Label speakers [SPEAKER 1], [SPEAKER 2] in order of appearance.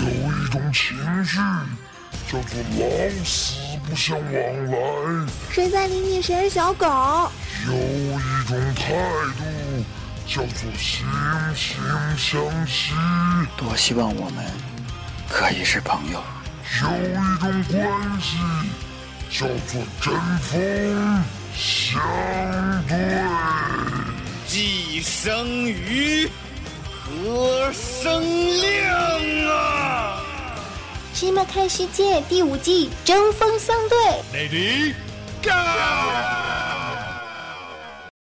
[SPEAKER 1] 有一种情绪，叫做老死不相往来；
[SPEAKER 2] 谁在理你谁是小狗？
[SPEAKER 1] 有一种态度，叫做惺惺相惜；
[SPEAKER 3] 多希望我们可以是朋友。
[SPEAKER 1] 有一种关系，叫做针锋相对。
[SPEAKER 4] 既生瑜，何生亮啊
[SPEAKER 2] 《芝麻看世界》第五季《针锋相对》。
[SPEAKER 4] ！Lady Go！